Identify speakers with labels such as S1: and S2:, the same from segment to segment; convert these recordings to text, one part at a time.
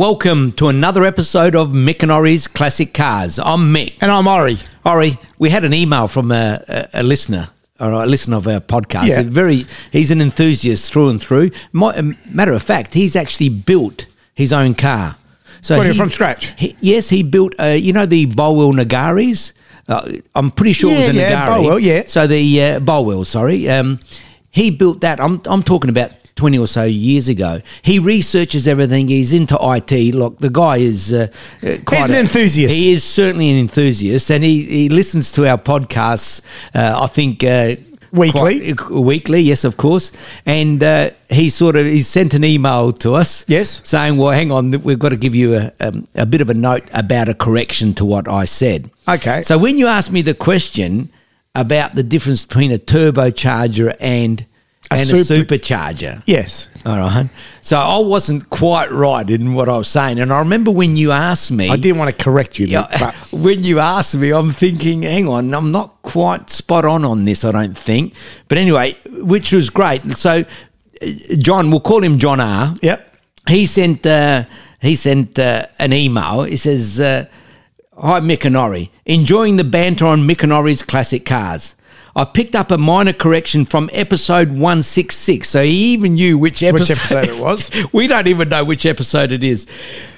S1: Welcome to another episode of Mick and Ori's Classic Cars. I'm Mick.
S2: And I'm Ori.
S1: Ori, we had an email from a, a, a listener, or a listener of our podcast.
S2: Yeah.
S1: A Very, he's an enthusiast through and through. My, um, matter of fact, he's actually built his own car. So
S2: Got it from scratch?
S1: he- yes, he built. Uh, you know the Bolwell Nagaris. Uh, I'm pretty sure it was
S2: Yeah,
S1: a
S2: yeah,
S1: Nagari.
S2: Bolwell, yeah.
S1: So the uh, Bolwell, sorry. Um, he built that. I'm, I'm talking about 20 or so years ago. He researches everything. He's into IT. Look, the guy is uh, uh, quite
S2: an
S1: a-
S2: enthusiast.
S1: He is certainly an enthusiast, and he, he listens to our podcasts. Uh, I think. Uh,
S2: Weekly.
S1: quite- weekly, yes, of course, and uh, he sort of he sent an email to us,
S2: Yes.
S1: saying, "Well, hang on, we've got to give you a, um, a bit of a note about a correction to what I said."
S2: Okay.
S1: So when you asked me the question about the difference between a turbocharger and
S2: A
S1: and
S2: super-
S1: a supercharger,
S2: Yes.
S1: all right. So I wasn't quite right in what I was saying, and I remember when you asked me,
S2: I didn't want to correct you,
S1: yeah,
S2: Mick, but
S1: when you asked me, I'm thinking, hang on, I'm not quite spot on on this, I don't think. But anyway, which was great. So, uh, John, we'll call him John R.
S2: yep.
S1: He sent uh, he sent uh, an email. He says, uh, "Hi Mick and Ori, enjoying the banter on Mick and Ori's classic cars." I picked up a minor correction from episode 166. So he even knew which episode,
S2: episode it was.
S1: we don't even know which episode it is.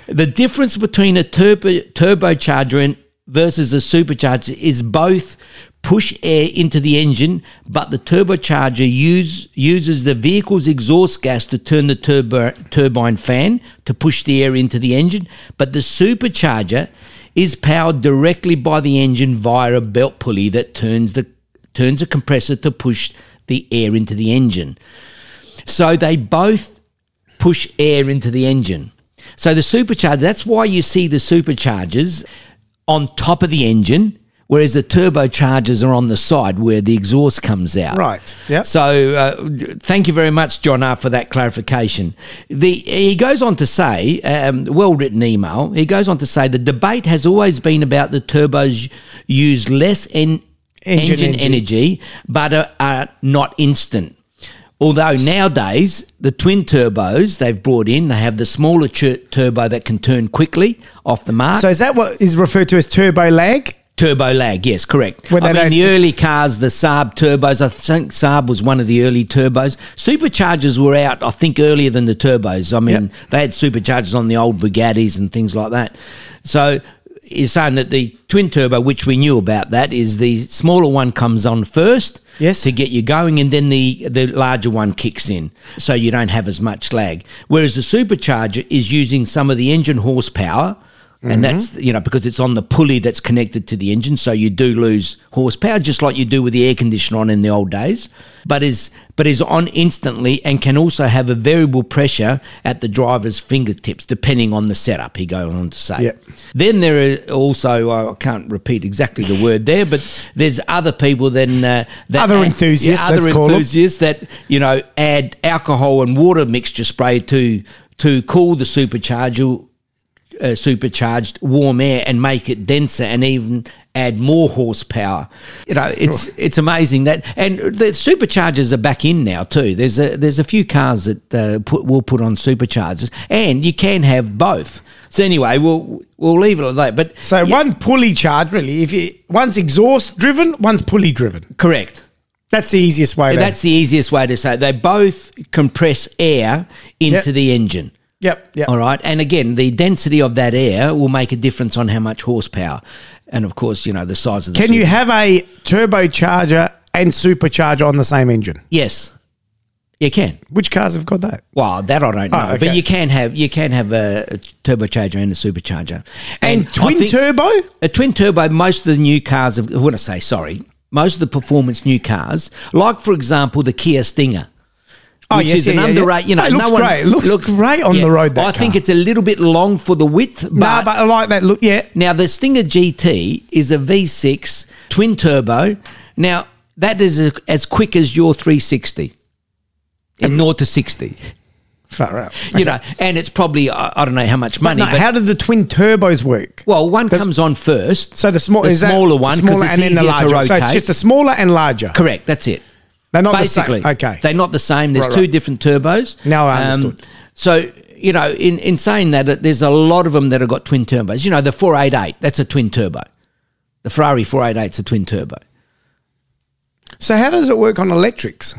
S1: The difference between a turbo turbocharger and versus a supercharger is both push air into the engine, but the turbocharger use, uses the vehicle's exhaust gas to turn the turbo, turbine fan to push the air into the engine, but the supercharger is powered directly by the engine via a belt pulley that turns the turns a compressor to push the air into the engine. So they both push air into the engine. So the supercharger, that's why you see the superchargers on top of the engine, whereas the turbochargers are on the side where the exhaust comes out.
S2: Right, yep.
S1: So uh, thank you very much, John R, for that clarification. The he goes on to say, um, well written email. He goes on to say the debate has always been about the turbos use less en-
S2: Engine
S1: engine,
S2: energy.
S1: energy, but are, are not instant. Although nowadays the twin turbos they've brought in, they have the smaller tur- turbo that can turn quickly off the mark.
S2: So is that what is referred to as turbo lag?
S1: Turbo lag, yes, correct.
S2: When
S1: I
S2: they
S1: mean,
S2: don't-
S1: the early cars, the Saab turbos, I think Saab was one of the early turbos. Superchargers were out, I think, earlier than the turbos. I mean,
S2: Yep.
S1: they had superchargers on the old Bugattis and things like that. So he's saying that the twin turbo, which we knew about that, is the smaller one comes on first
S2: Yes.
S1: to get you going, and then the, the larger one kicks in, so you don't have as much lag. Whereas the supercharger is using some of the engine horsepower, and that's you know because it's on the pulley that's connected to the engine, so you do lose horsepower, just like you do with the air conditioner on in the old days. But is but is on instantly and can also have a variable pressure at the driver's fingertips depending on the setup. He goes on to say.
S2: Yep.
S1: Then there are also I can't repeat exactly the word there, but there's other people than uh, that
S2: Other
S1: add-
S2: enthusiasts,
S1: yeah, other
S2: let's call 'em.
S1: enthusiasts that you know add alcohol and water mixture spray to to cool the supercharger. Uh, supercharged warm air and make it denser and even add more horsepower. You know, it's it's amazing that and the superchargers are back in now too. There's a there's a few cars that uh, put, will put on superchargers and you can have both. So anyway, we'll we'll leave it at that. But
S2: So one pulley charge, really. If you, one's exhaust driven, one's pulley driven.
S1: correct.
S2: That's the easiest way. To,
S1: That's the easiest way to say it. they both compress air into
S2: Yep.
S1: the engine.
S2: yep, yep.
S1: All right. And again, the density of that air will make a difference on how much horsepower. And of course, you know, the size of the
S2: Can you have a turbocharger and supercharger on the same engine?
S1: Yes. You can.
S2: Which cars have got that?
S1: Well, that I don't know,
S2: Oh,
S1: but
S2: okay.
S1: you can have you can have a, a turbocharger and a supercharger,
S2: And,
S1: I
S2: twin
S1: think-
S2: turbo? Oh,
S1: A twin turbo, most of the new cars, have, I want to say, sorry, most of the performance new cars, like for example the Kia Stinger.
S2: Oh,
S1: which
S2: yes,
S1: is
S2: yeah,
S1: an
S2: yeah, yeah.
S1: underrated, you know,
S2: It looks
S1: no one,
S2: great. It looks great on the road, that
S1: I think
S2: car.
S1: it's a little bit long for the width, but,
S2: nah, but I like that look. Yeah.
S1: now the Stinger GT is a V6 twin turbo. Now that is a, as quick as your 360 in 0 to 60
S2: Far out.
S1: you know, and it's probably I, I don't know how much money.
S2: No,
S1: But,
S2: how do the twin turbos work?
S1: well, one comes on first.
S2: So the, small,
S1: the
S2: is that
S1: smaller one, because
S2: smaller
S1: it's
S2: and then the
S1: easier to
S2: larger.
S1: rotate.
S2: So it's just the smaller and larger.
S1: correct. That's it.
S2: They're not
S1: Basically,
S2: the same. Okay.
S1: they're not the same. There's
S2: Right,
S1: two
S2: right.
S1: different turbos.
S2: Now I
S1: Um,
S2: understood.
S1: so you know, in, in saying that, uh, there's a lot of them that have got twin turbos. You know, the 488, that's a twin turbo. The Ferrari 488 is a twin turbo.
S2: So how does it work on electrics?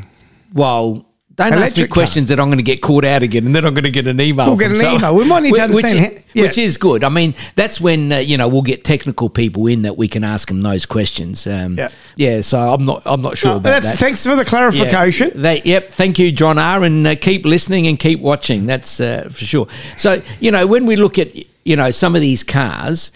S1: Well, don't ask me
S2: Electric car.
S1: questions that I'm going to get caught out again, and then I'm going to get an email.
S2: We'll
S1: from
S2: get an
S1: someone.
S2: email. We might need to
S1: Whi- which
S2: understand
S1: is-
S2: how- yeah.
S1: Which is good. I mean, that's when uh, you know we'll get technical people in that we can ask them those questions. Um,
S2: Yeah.
S1: yeah. So I'm not. I'm not sure
S2: Oh,
S1: about
S2: that's,
S1: that.
S2: Thanks for the
S1: Yeah.
S2: clarification.
S1: They, yep. Thank you, John R. And uh, keep listening and keep watching. That's uh, for sure. So you know when we look at you know some of these cars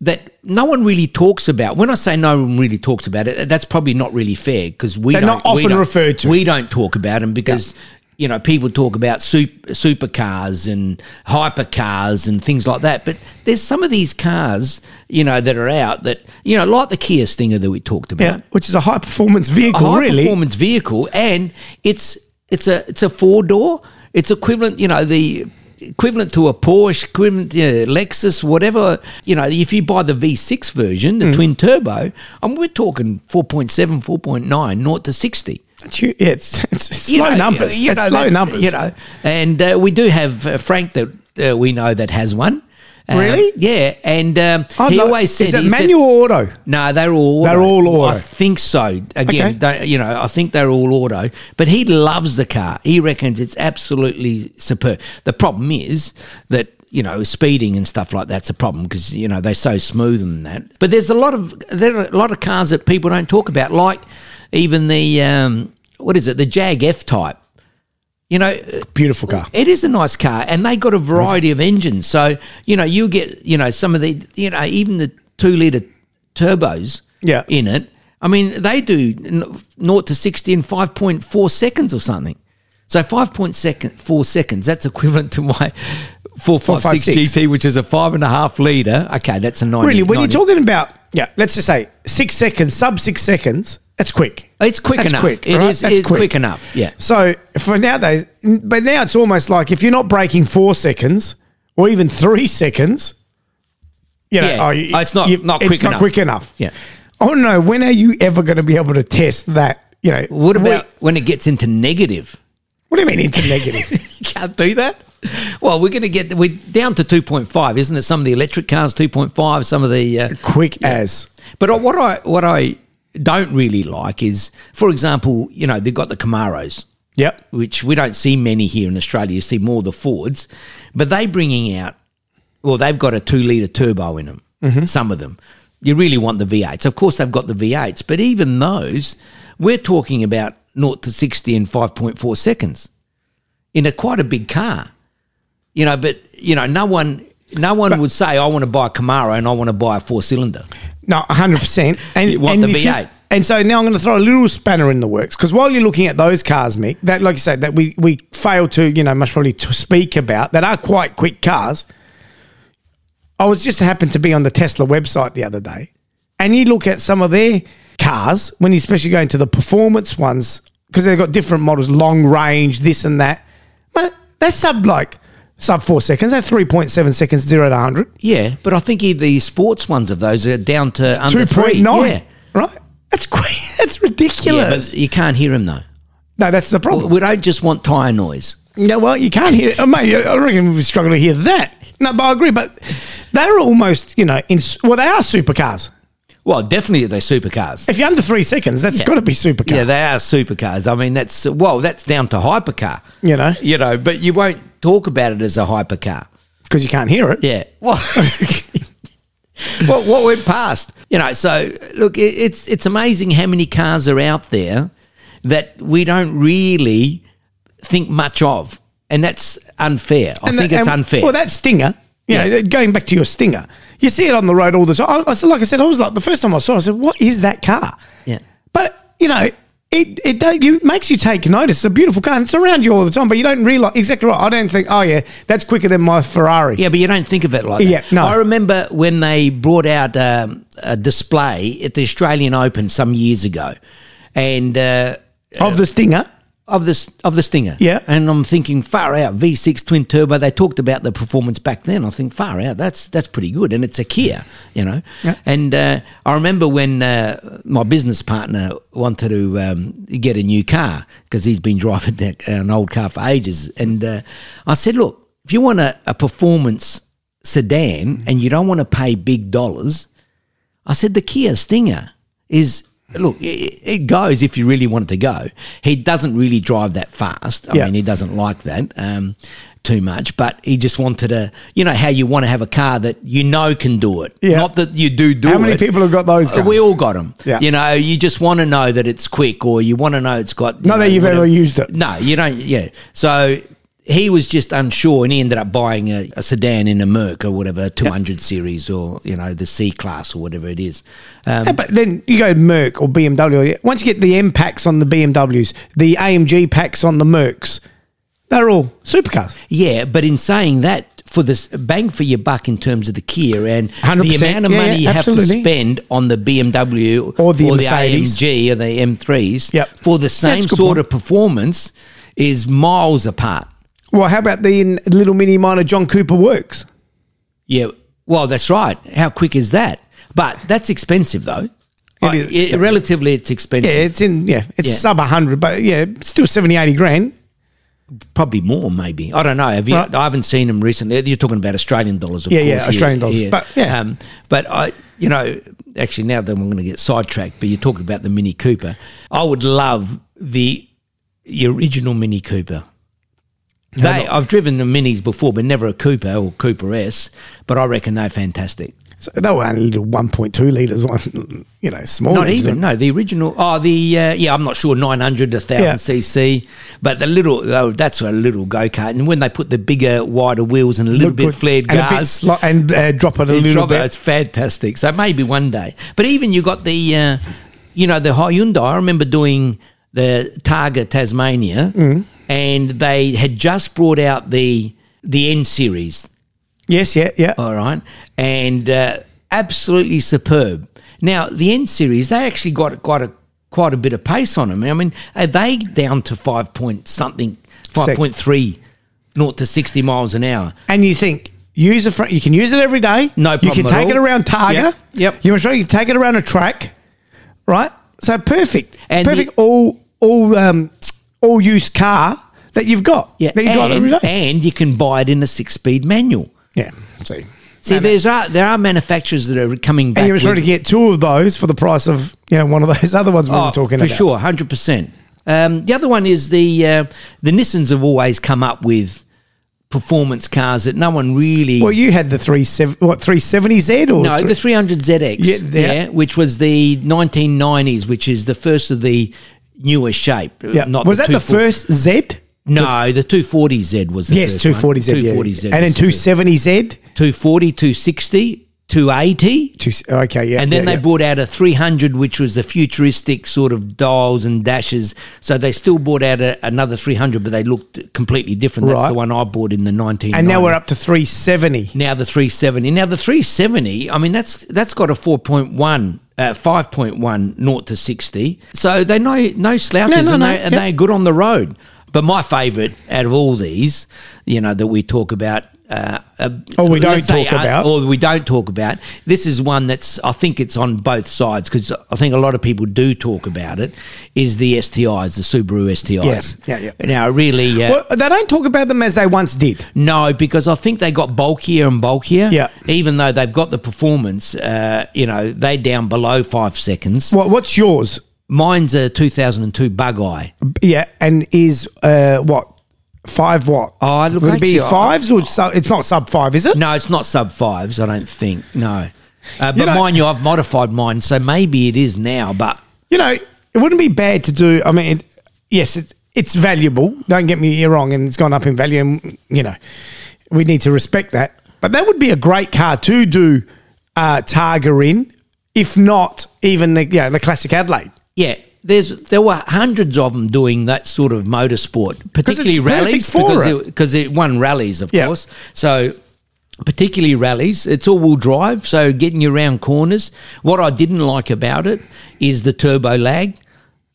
S1: that no one really talks about. When I say no one really talks about it, that's probably not really fair because we
S2: They're
S1: don't,
S2: not
S1: we
S2: often
S1: don't-
S2: referred to.
S1: We don't talk about them because. You know, people talk about super, supercars and hypercars and things like that, but there's some of these cars, you know, that are out that, you know, like the Kia Stinger that we talked about
S2: Yeah, which is a high performance
S1: a
S2: vehicle,
S1: high
S2: really.
S1: performance vehicle, and it's it's a it's a four door. It's equivalent, you know, the equivalent to a Porsche, equivalent uh, Lexus, whatever. You know, if you buy the V6 version,
S2: Mm.
S1: the twin turbo, I mean, we're talking 4.7, 4.9, 0 to 60.
S2: It's hu- yeah, it's, it's, it's
S1: You
S2: slow
S1: know,
S2: numbers.
S1: you
S2: it's
S1: know,
S2: slow
S1: that's-
S2: numbers.
S1: You know, and uh, we do have uh, Frank that uh, we know that has one. Um,
S2: Really?
S1: Yeah, and um,
S2: I'd
S1: he
S2: like-
S1: always said
S2: is it
S1: he said-
S2: manual or auto?
S1: no, they're all auto.
S2: They're all auto.
S1: I think so. Again,
S2: Okay.
S1: they- you know, I think they're all auto. But he loves the car. He reckons it's absolutely superb. The problem is that you know speeding and stuff like that's a problem because you know they're so smooth and that. But there's a lot of there are a lot of cars that people don't talk about, like even the um, what is it, the Jag F Type. You know,
S2: Beautiful car.
S1: it is a nice car, and they got a variety of engines. So you know, you get you know some of the you know even the two liter turbos
S2: Yeah.
S1: in it. I mean, they do n- naught to sixty in five point four seconds or something. So five point second four seconds. That's equivalent to my four five six
S2: 456.
S1: GT, which is a five and a half liter. Okay, that's a nine.
S2: Really, when you're talking about, yeah, let's just say six seconds, sub six seconds, that's quick.
S1: it's quick
S2: That's
S1: enough.
S2: quick,
S1: It
S2: right?
S1: is.
S2: That's
S1: It's quick.
S2: quick.
S1: enough. Yeah.
S2: So for nowadays, but now it's almost like if you're not breaking four seconds or even three seconds, you know,
S1: Yeah.
S2: oh, you-
S1: Oh, it's not-
S2: you-
S1: not
S2: it's
S1: quick
S2: not
S1: enough.
S2: quick enough.
S1: Yeah.
S2: Oh no, when are you ever going to be able to test that? You know,
S1: What
S2: we-
S1: about when it gets into negative?
S2: what do you mean into negative?
S1: you can't do that. Well, we're going to get we're down to two point five, isn't it? Some of the electric cars two point five, some of the. Uh,
S2: quick as
S1: but what I what I don't really like is, for example, you know they've got the Camaros,
S2: yep.
S1: which we don't see many here in Australia. You see more the Fords, but they bringing out. Well, they've got a two liter turbo in them.
S2: Mm-hmm.
S1: Some of them. You really want the V8s. Of course, they've got the V8s, but even those, we're talking about 0 to 60 in 5.4 seconds in a quite a big car. You know, but you know, no one no one would say I want to buy a Camaro and I want to buy a four cylinder.
S2: No, 100%. And,
S1: You want
S2: and
S1: the
S2: if you-
S1: V8.
S2: and so now I'm going to throw a little spanner in the works because while you're looking at those cars, Mick, that, like you said, that we, we fail to, you know, much probably to speak about that are quite quick cars. I was just happened to be on the Tesla website the other day and you look at some of their cars when you especially go into the performance ones because they've got different models, long range, this and that. But they're sub like sub four seconds, they're 3.7 seconds, zero to 100.
S1: Yeah, but I think even the sports ones of those are down to under
S2: two
S1: three.
S2: point nine.
S1: Yeah.
S2: Right. That's great. That's
S1: yeah,
S2: ridiculous.
S1: but you can't hear them though.
S2: no, that's the problem.
S1: We don't just want tyre noise.
S2: no, well, you can't hear. Oh, mate, I reckon we struggle to hear that. No, but I agree. But they're almost, you know, in well, they are supercars.
S1: Well, definitely they're supercars.
S2: If you're under three seconds, that's got to be supercar.
S1: Yeah, they are supercars. I mean, that's well, that's down to hypercar.
S2: You know?
S1: you know, but you won't talk about it as a hypercar.
S2: because you can't hear it.
S1: Yeah. Well, what, what went past? You know, so look, it, it's it's amazing how many cars are out there that we don't really think much of, and that's unfair. I
S2: And
S1: think
S2: that-
S1: it's
S2: and-
S1: unfair.
S2: Well, that stinger. You know, going back to your stinger, you see it on the road all the time. I, I said, like I said, I was like the first time I saw, it, I said, "What is that car?"
S1: Yeah.
S2: but you know, it it, don't- you- makes you take notice. It's a beautiful car, and it's around you all the time, but you don't realize exactly right. I don't think, oh yeah, that's quicker than my Ferrari.
S1: yeah, but you don't think of it like that.
S2: Yeah, no.
S1: I remember when they brought out um, a display at the Australian Open some years ago, and uh,
S2: of the stinger.
S1: of this of the Stinger.
S2: Yeah.
S1: and I'm thinking far out V6 twin turbo. They talked about the performance back then. I think far out. That's that's pretty good, and it's a Kia, you know.
S2: Yeah.
S1: And uh, I remember when uh, my business partner wanted to um, get a new car because he's been driving that, an old car for ages, and uh, I said, look. if you want a, a performance sedan and you don't want to pay big dollars, I said the Kia Stinger is look it, it goes if you really want it to go. He doesn't really drive that fast. I
S2: Yeah.
S1: mean, he doesn't like that um, too much, but he just wanted to you know how you want to have a car that you know can do it,
S2: Yeah.
S1: not that you do do it.
S2: How many people have got those
S1: Uh,
S2: cars?
S1: We all got them.
S2: Yeah.
S1: You know, you just want to know that it's quick, or you want to know it's got. you
S2: Not that
S1: know,
S2: you've
S1: whatever-
S2: ever used it.
S1: No, you don't. Yeah. So he was just unsure, and he ended up buying a, a sedan in a Merc or whatever, two hundred series, or you know, the C class or whatever it is. Um,
S2: Yeah, but then you go Merc or BMW. Once you get the M packs on the BMWs, the AMG packs on the Mercs, they're all supercars.
S1: yeah, but in saying that. For this bang for your buck in terms of the Kia and the
S2: 100%.
S1: amount of
S2: Yeah,
S1: money
S2: yeah,
S1: you have to
S2: absolutely.
S1: spend on the BMW
S2: Or the Mercedes.
S1: AMG or the M3s
S2: Yep.
S1: for the
S2: That's a
S1: same
S2: good
S1: sort of performance is miles apart.
S2: Well, how about the in- little mini minor John Cooper works?
S1: Yeah. Well, that's right. How quick is that? But that's expensive, though.
S2: It
S1: Like,
S2: is
S1: it-
S2: expensive.
S1: relatively, it's
S2: Yeah,
S1: expensive.
S2: it's in yeah, it's
S1: Yeah.
S2: sub hundred, but yeah, still 70, 80 grand.
S1: Probably more, maybe. I don't know. Have you,
S2: Right.
S1: I haven't seen them recently. You're talking about Australian dollars, of
S2: Yeah,
S1: course.
S2: yeah, Australian dollars. But, yeah.
S1: Um, but I, you know, actually now that I'm going to get sidetracked, but you talk about the Mini Cooper. I would love the, the original Mini Cooper. They, I've driven the Minis before, but never a Cooper or Cooper S. But I reckon they're fantastic.
S2: So they were only little one point two liters, one you know, small.
S1: Not
S2: ones.
S1: even no. The original. Oh, the uh, yeah. I'm not sure. Nine hundred, a thousand
S2: Yeah.
S1: cc. But the little. Oh, that's a little go kart. And when they put the bigger, wider wheels and a little
S2: Look
S1: bit
S2: good.
S1: flared
S2: and a bit
S1: guards,
S2: sli- and uh, drop it a
S1: you
S2: little
S1: drop it,
S2: bit.
S1: it's fantastic. So maybe one day. But even you got the, uh, you know, the Hyundai. I remember doing the Targa Tasmania,
S2: Mm.
S1: and they had just brought out the the N series.
S2: Yes, yeah, yeah.
S1: All right. And uh, absolutely superb. Now, the end series, they actually got quite a quite a bit of pace on them. I mean, are they down to five point something, 5.3, naught to 60 miles an hour?
S2: and you think user friend, you can use it every day.
S1: No
S2: you can
S1: problem at
S2: take it
S1: all.
S2: around Targa.
S1: Yep, yep.
S2: you sure you can take it around a track, right? So perfect,
S1: And
S2: perfect all all um, all use car that you've got. that you drive every
S1: and,
S2: day.
S1: and you can buy it in a six speed manual.
S2: yeah, see,
S1: See, there's are, there are manufacturers that are coming back.
S2: and you're trying
S1: with-
S2: to get two of those for the price of you know one of those other ones we were talking
S1: Oh, for
S2: about.
S1: sure, hundred percent. Um, the other one is the uh, the Nissans have always come up with performance cars that no one really
S2: Well, you had the three seven what three seventy Z or
S1: No,
S2: three-
S1: the 300 ZX.
S2: Yeah,
S1: Yeah,
S2: yeah.
S1: which was the 1990s, which is the first of the newer shape. uh,
S2: yeah.
S1: not
S2: was that the
S1: 240
S2: first Z?
S1: No, the 240 Z was the
S2: Yes,
S1: first
S2: two forty Z.
S1: one.
S2: Two
S1: 240
S2: forty
S1: Z,
S2: Z, and then
S1: was the
S2: two
S1: first.
S2: seventy Z.
S1: 240, 260, 280.
S2: Two, se- okay, yeah.
S1: And then
S2: yeah,
S1: they
S2: yeah.
S1: brought out a 300, which was the futuristic sort of dials and dashes. So they still brought out a, another 300, but they looked completely different. That's
S2: Right.
S1: the one I bought in the 1990s.
S2: and now we're up to 370.
S1: now the 370 now the 370 i mean that's that's got a 4.1 uh, 5.1 naught to 60 so they know no slouches
S2: No, no,
S1: and,
S2: no,
S1: they, and
S2: yeah.
S1: they're good on the road but my favorite out of all these you know that we talk about uh, uh,
S2: Or we don't
S1: let's say,
S2: talk
S1: uh,
S2: about.
S1: or we don't talk about this is one that's i think it's on both sides because i think a lot of people do talk about it is the stis the subaru stis
S2: Yeah, yeah, yeah.
S1: now really uh,
S2: Well, they don't talk about them as they once did.
S1: no, because I think they got bulkier and bulkier.
S2: Yeah.
S1: Even though they've got the performance, uh, you know, they down below five seconds.
S2: What, what's yours?
S1: Mine's a 2002 Bug Eye.
S2: Yeah, and is uh, what five? What?
S1: Oh, look,
S2: would it be
S1: actually, I-
S2: fives or sub, it's not sub five, is it?
S1: No, it's not sub fives, I don't think. No. Uh, but
S2: know-
S1: mind you, I've modified mine, so maybe it is now, but
S2: You know, it wouldn't be bad to do. I mean, it, yes, it, it's valuable. Don't get me wrong, and it's gone up in value, and you know, we need to respect that. But that would be a great car to do uh, Targa in, if not even the you know, the classic Adelaide.
S1: yeah. There's there were hundreds of them doing that sort of motorsport, particularly
S2: it's perfect
S1: rallies
S2: for
S1: because
S2: it.
S1: because it, won rallies, of
S2: Yeah.
S1: course. So particularly rallies, it's all wheel drive, so getting you around corners. What I didn't like about it is the turbo lag,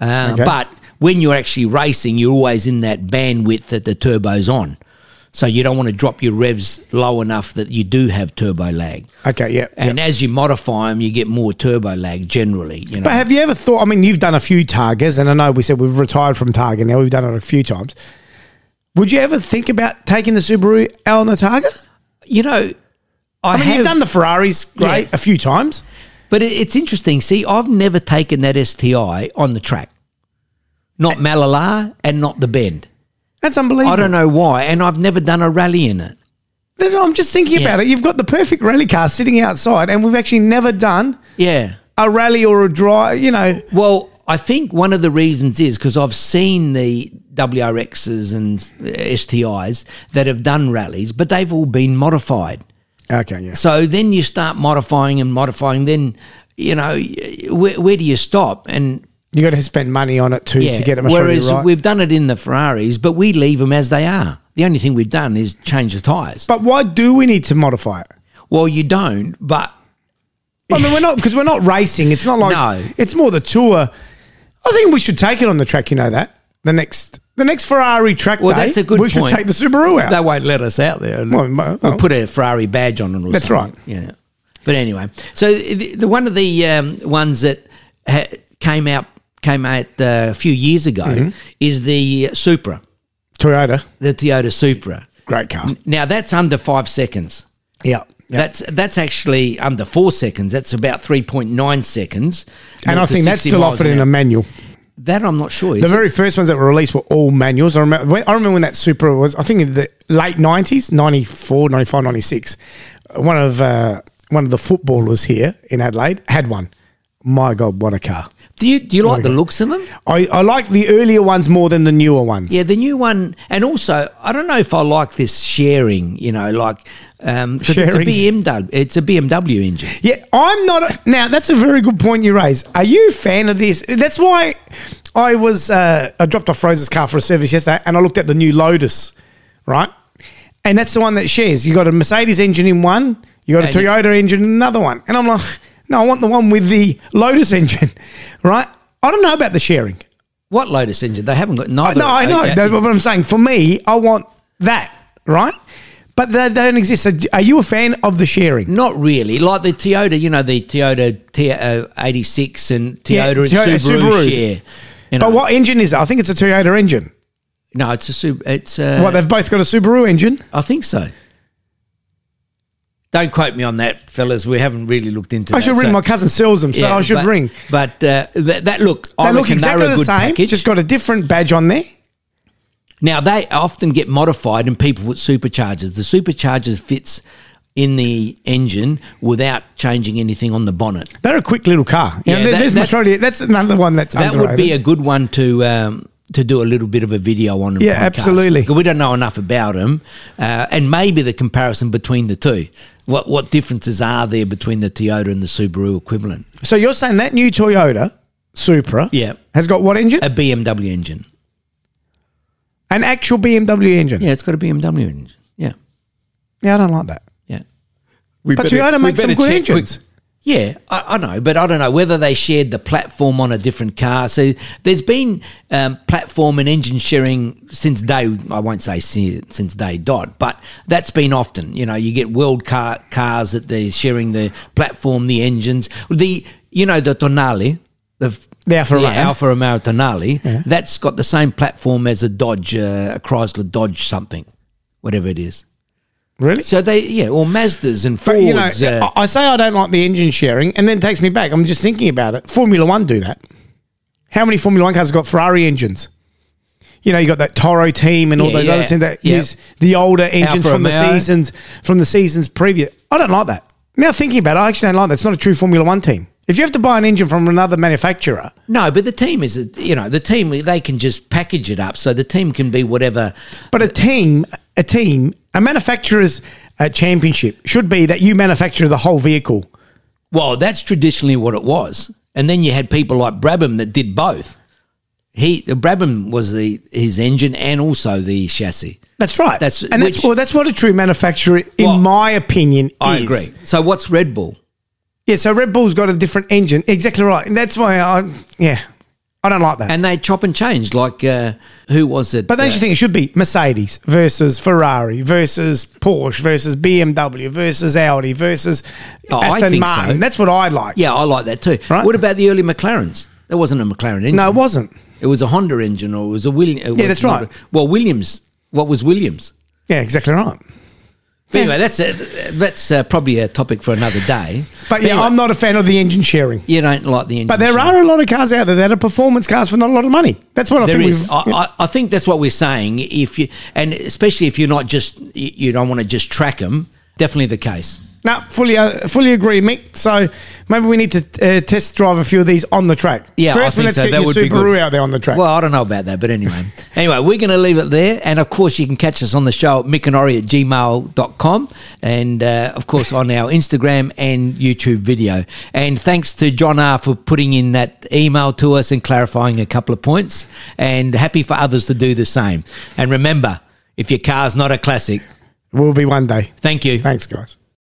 S1: uh,
S2: Okay.
S1: but when you're actually racing, you're always in that bandwidth that the turbo's on. So you don't want to drop your revs low enough that you do have turbo lag.
S2: Okay, yeah. yeah.
S1: And as you modify them, you get more turbo lag generally. You know,
S2: But have you ever thought? I mean, you've done a few targets, and I know we said we've retired from target now. We've done it a few times. Would you ever think about taking the Subaru L Nataga?
S1: You know, I,
S2: I mean,
S1: have
S2: you've done the Ferraris great
S1: Yeah.
S2: a few times.
S1: But it, it's interesting. See, I've never taken that STI on the track, not Malala and not the Bend.
S2: That's unbelievable.
S1: I don't know why, and I've never done a rally in it.
S2: That's- I'm just
S1: Yeah.
S2: thinking about it. You've got the perfect rally car sitting outside, and we've actually never done
S1: Yeah.
S2: a rally or a dry. You know,
S1: Well, I think one of the reasons is because I've seen the WRXs and STIs that have done rallies, but they've all been modified.
S2: okay, yes,
S1: So then you start modifying and modifying. Then, you know, y- where, where do you stop? And
S2: you got to spend money on it too
S1: yeah,
S2: to get it.
S1: whereas
S2: right.
S1: we've done it in the Ferraris, but we leave them as they are. The only thing we've done is change the tyres.
S2: but why do we need to modify it?
S1: Well, you don't, but
S2: I mean, we're not because we're not racing. It's not like
S1: No.
S2: it's more the tour. I think we should take it on the track. You know that the next the next Ferrari track
S1: well,
S2: day,
S1: that's a good
S2: we
S1: point.
S2: should take the Subaru out.
S1: They won't let us out there.
S2: Well, mo-
S1: we'll
S2: oh.
S1: put a Ferrari badge on it or
S2: That's
S1: something.
S2: right.
S1: Yeah. But anyway, so the, the one of the um, ones that ha- came out came out uh, a few years ago
S2: Mm-hmm.
S1: is the Supra,
S2: Toyota,
S1: the Toyota Supra.
S2: great car.
S1: Now that's under five seconds.
S2: Yeah, yeah.
S1: That's that's actually under four seconds. That's about three point nine seconds.
S2: and I think that's still offered in a manual.
S1: that I'm not sure. Is
S2: The
S1: it?
S2: very first ones that were released were all manuals. I remember when, I remember when that Supra was, I think in the late 90s, 94, 95, 96. One of, uh, one of the footballers here in Adelaide had one. My God, what a car.
S1: do you do you like the looks of them?
S2: I, I like the earlier ones more than the newer ones.
S1: Yeah, the new one, and also I don't know if I like this sharing. You know, like um, 'cause
S2: Sharing.
S1: It's a BMW. It's a BMW engine.
S2: Yeah, I'm not. A, now that's a very good point you raise. Are you a fan of this? That's why I was. Uh, I dropped off Rose's car for a service yesterday, and I looked at the new Lotus, right? And that's the one that shares. You got a Mercedes engine in one, you got a
S1: And you-
S2: Toyota engine in another one, and I'm like, no, I want the one with the Lotus engine, right? I don't know about the sharing.
S1: What Lotus engine? They haven't got neither.
S2: No, I know.
S1: Okay.
S2: That's what I'm saying. For me, I want that, right? But they don't exist. So are you a fan of the sharing?
S1: Not really. Like the Toyota, you know, the Toyota T- uh, 86 and Toyota
S2: Yeah,
S1: and
S2: Toyota,
S1: Subaru,
S2: Subaru.
S1: share. You know,
S2: But what engine is it? I think it's a Toyota engine.
S1: No, it's a Sub- it's uh,
S2: What, they've both got a Subaru engine?
S1: I think so. Don't quote me on that, fellas. We haven't really looked into.
S2: I
S1: that,
S2: should ring.
S1: so-
S2: My cousin sells them, so
S1: Yeah,
S2: I should
S1: but,
S2: ring.
S1: But uh, that, that look, I
S2: They look
S1: reckon
S2: exactly
S1: they're a
S2: the
S1: good
S2: same,
S1: package.
S2: just got a different badge on there.
S1: Now they often get modified, and people put superchargers. The superchargers fits in the engine without changing anything on the bonnet.
S2: They're a quick little car. You know,
S1: Yeah,
S2: there-
S1: that-
S2: there's
S1: that's-
S2: majority- that's, another one that's
S1: That would be a good one to um, to do a little bit of a video on. and
S2: Yeah, absolutely.
S1: 'Cause We don't know enough about them, uh, and maybe the comparison between the two. What what differences are there between the Toyota and the Subaru equivalent?
S2: so you're saying that new Toyota Supra
S1: Yeah. Uh,
S2: has got what engine?
S1: A BMW engine.
S2: An actual BMW engine.
S1: Yeah, it's got a BMW engine. Yeah,
S2: Yeah, I don't like that.
S1: yeah. We
S2: But Toyota makes some good engines.
S1: Yeah, I, I know, but I don't know whether they shared the platform on a different car. So there's been um, platform and engine sharing since day. I won't say si- since day dot, but that's been often. You know, you get world car cars that they're sharing the platform, the engines, the you know the Tonale, the f-
S2: The Alfa Romeo.
S1: Alfa Romeo Tonale. That's got the same platform as a Dodge, uh, a Chrysler Dodge something, whatever it is.
S2: Really?
S1: So they yeah, or Mazdas and
S2: But,
S1: Fords.
S2: you know,
S1: uh,
S2: I, I say I don't like the engine sharing, and then it takes me back. I'm just thinking about it. Formula One do that. How many Formula One cars have got Ferrari engines? You know, you got that Toro team and all
S1: Yeah,
S2: those
S1: yeah,
S2: other teams that
S1: yeah.
S2: use the older engines
S1: Alfa
S2: from the
S1: Romeo.
S2: seasons from the seasons previous. I don't like that. Now thinking about it, I actually don't like that. It's not a true Formula One team. If you have to buy an engine from another manufacturer,
S1: No, but the team is, you know, the team they can just package it up, so the team can be whatever.
S2: but a team, a team, a manufacturer's uh, championship should be that you manufacture the whole vehicle.
S1: Well, that's traditionally what it was, and then you had people like Brabham that did both. He Brabham was the his engine and also the chassis.
S2: That's right.
S1: That's-
S2: and
S1: which-
S2: that's well, that's what a true manufacturer,
S1: Well,
S2: in my opinion,
S1: I
S2: is.
S1: agree. So what's Red Bull?
S2: Yeah, so Red Bull's got a different engine. Exactly right. And that's why I yeah. I don't like that.
S1: And they chop and change. Like uh, who was it? uh,
S2: but don't you think it should be Mercedes versus Ferrari versus Porsche versus BMW versus Audi versus
S1: Oh, I
S2: Aston
S1: think
S2: Martin?
S1: so.
S2: That's what I like.
S1: yeah, I like that too.
S2: Right.
S1: What about the early McLarens? That wasn't a McLaren engine.
S2: No, it wasn't.
S1: It was a Honda engine, or it was a Williams.
S2: that's right.
S1: Well, Williams what was Williams.
S2: Yeah, exactly right.
S1: But anyway, that's a, that's uh, probably a topic for another day.
S2: But yeah,
S1: anyway,
S2: I'm not a fan of the engine sharing.
S1: you don't like the engine.
S2: But there are a lot of cars out there that are performance cars for not a lot of money. That's what I
S1: There
S2: think
S1: is.
S2: we've.
S1: I, I, I think that's what we're saying. If you and especially if you're not just you, you don't want to just track them. Definitely the case.
S2: No, fully, uh, fully agree, Mick. So maybe we need to uh, test drive a few of these on the track.
S1: Yeah,
S2: first
S1: I
S2: one,
S1: think
S2: let's
S1: so.
S2: get
S1: That
S2: your
S1: would be
S2: Subaru
S1: good.
S2: out there on the track.
S1: Well, I don't know about that, but anyway. anyway, we're going to leave it there. And of course, you can catch us on the show at mickanori at gmail.com and, uh, of course, on our Instagram and YouTube video. And thanks to John R. for putting in that email to us and clarifying a couple of points. And happy for others to do the same. And remember, if your car's not a classic,
S2: Will be one day.
S1: thank you.
S2: Thanks, guys.